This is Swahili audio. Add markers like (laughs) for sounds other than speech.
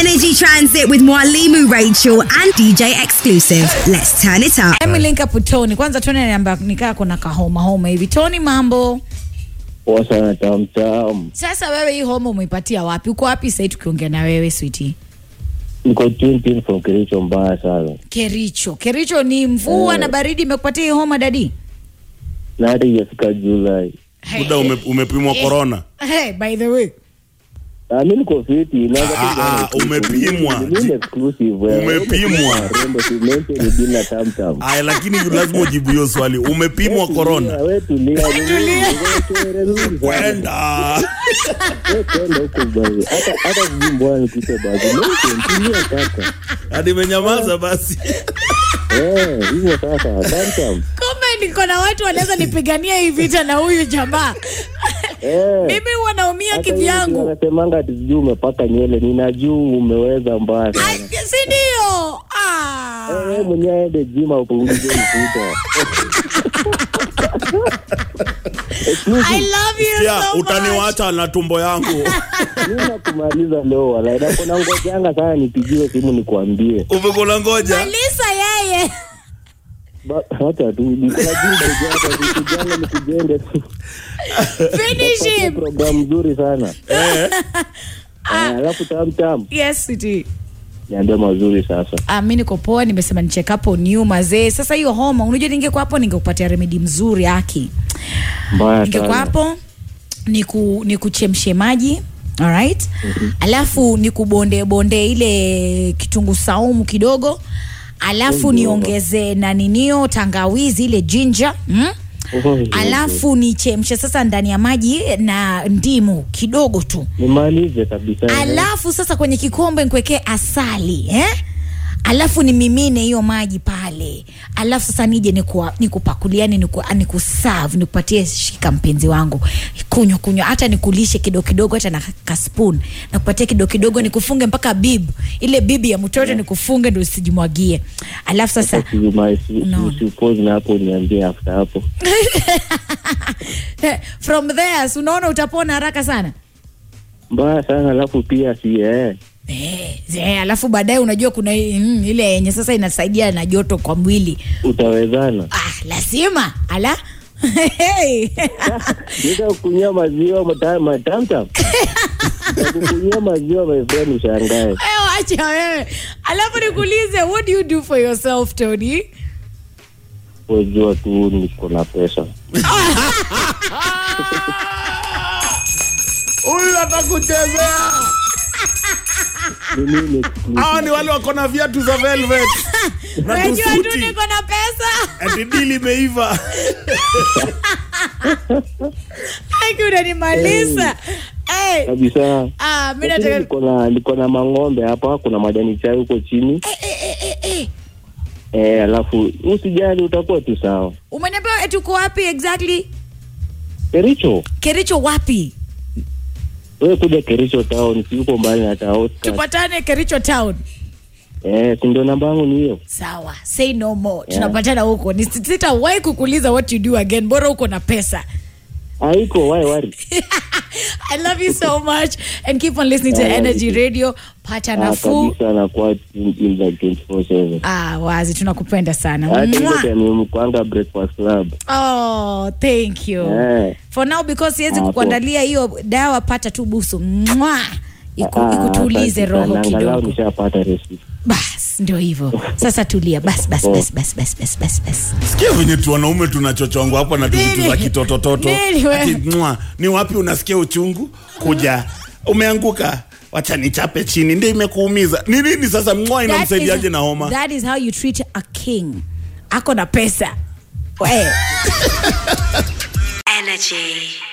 Energy Transit with Mwalimu Rachel and DJ Exclusive. Let's turn it up. Let me link up with Tony. Kwanza Tony ananiambia nikaa kuna kahoma homa hivi. Tony mambo. Poa sana tamtam, Sasa wewe hii homa umeipatia wapi? Uko wapi sasa tukiongea na wewe sweetie? niko Tintin from Kericho, mbaya sana Kericho. Kericho ni mvua Eh. na baridi imekupatia hii homa dadi? na hata ijafika Julai. muda ume, umepimwa korona Hey, by the way. Ah, mi niko fiti, naweza Ah, kuongea ah, umepimwa. na exclusive. Mimi ni exclusive, eh. Umepimwa. Ah, Rembo, simente ni bila tamtam. aya lakini lazima ujibu hiyo swali umepimwa (laughs) korona Wewe tulia, wewe tulia. Wewe tulia. (laughs) kwenda Wewe kwenda huko basi. Hata hata sijui mbona nikuite basi. Mimi tulia kaka. hadi imenyamaza basi Eh, hivyo sasa tamtam. Kumbe niko na watu wanaweza nipigania hii vita na huyu jamaa. Eh. Mimi huwa naumia Hata kivyangu. yule anasemanga ati sijui umepaka nywele, ninajua umeweza mbaya sana. Ai, si ndio? Ah. Eh, Wewe mwenyewe ende jima upunguze mfuta. I love you (laughs) ya so much. utaniwacha na tumbo yangu Mimi nakumaliza leo wala ila kuna ngojanga sana nipigiwe simu nikwambie. (laughs) umekula ngoja (laughs) Malisa yeye. Ba- Hata tu nikajinga nikujanga nikujenge tu. Finish Ni him. programu nzuri (laughs) sana. eh, Ah, Alafu tam tam Yes, sweetie. niambia mazuri sasa. Ah, mi niko poa, nimesema ni check up on you mazee. Sasa hiyo homa, unajua ningekuwa hapo ningekupatia remedi mzuri aki. Mbaya Ningekuwa sana. hapo niku nikuchemshe maji alright, alafu nikubonde bonde ile kitunguu saumu kidogo, alafu niongeze na ninio tangawizi ile ginger mm? Oi, alafu nichemshe sasa ndani ya maji na ndimu kidogo tu nimalize kabisa. alafu sasa kwenye kikombe nikuwekee asali eh? alafu nimimine hiyo maji pale alafu sasa nije nikua- nikupakuliani nikusav nikupatie shika mpenzi wangu kunywa kunywa hata nikulishe kidogo kidogo hata na kaspun nakupatia kidogo kidogo nikufunge mpaka bib ile bibi ya mtoto nikufunge ndo usijimwagie alafu (laughs) sasa (laughs) Unaona. Supose na hapo niambie after hapo. from there si unaona utapona haraka sana Mbaya sana alafu pia si eh. Eh, eh, alafu baadaye unajua kuna hii, mm, ile yenye sasa inasaidia na joto kwa mwili Utawezana. ah, lazima ala (laughs) Hey. (laughs) nitakunywa maziwa mata- matamtam nitakunywa maziwa my friend ushangae Wewe acha wewe alafu nikuulize what do you do for yourself tony wajua tu niko na pesa huyu atakuchezea mimi ni hawa ni wale wako na viatu za (laughs) velvet na unajua tu tusuti niko na pesa (laughs) ati dili imeiva aki unanimaliza hey. kabisa ah, mi Lakini nataka niko na niko na mang'ombe hapa kuna majani chai huko chini Eh, eh, eh, eh, eh. eh, alafu usijali utakuwa tu sawa umeniambia eti uko wapi exactly kericho kericho wapi wewe kuja kericho town si uko mbali na taoska tupatane kericho town eh, si ndio namba yangu ni hiyo sawa say no more tunapatana huko Ni- sitawahi kukuuliza what you do again bora uko na pesa (laughs) haiko wai wari i love you so much and keep on listening to Yeah, energy radio pata Ah, nafuu kabisa nakuwa in- in like 24/7 ah, wazi tunakupenda sana hata ile Mwah! time nimekuanga breakfast club oh, thank you Yeah. for now because siwezi Ah, kukuandalia hiyo dawa pata tu busu Mwah! Iku, Ah, ikutulize asante roho sana. Angalau kidogo nishapata recipe. bas ndio hivyo sasa tulia bas Oh. bas bas bas bas bas bas bas sikia venye tu wanaume tunachochongwa hapa na tuvitu Nini? za kitotototo Nini wewe? Ati, "Mwa, ni wapi unasikia uchungu kuja umeanguka wacha nichape chini ndio imekuumiza ni nini sasa mwa That is- inamsaidiaje na homa That is how you treat a king. Ako na pesa. Eh. Energy.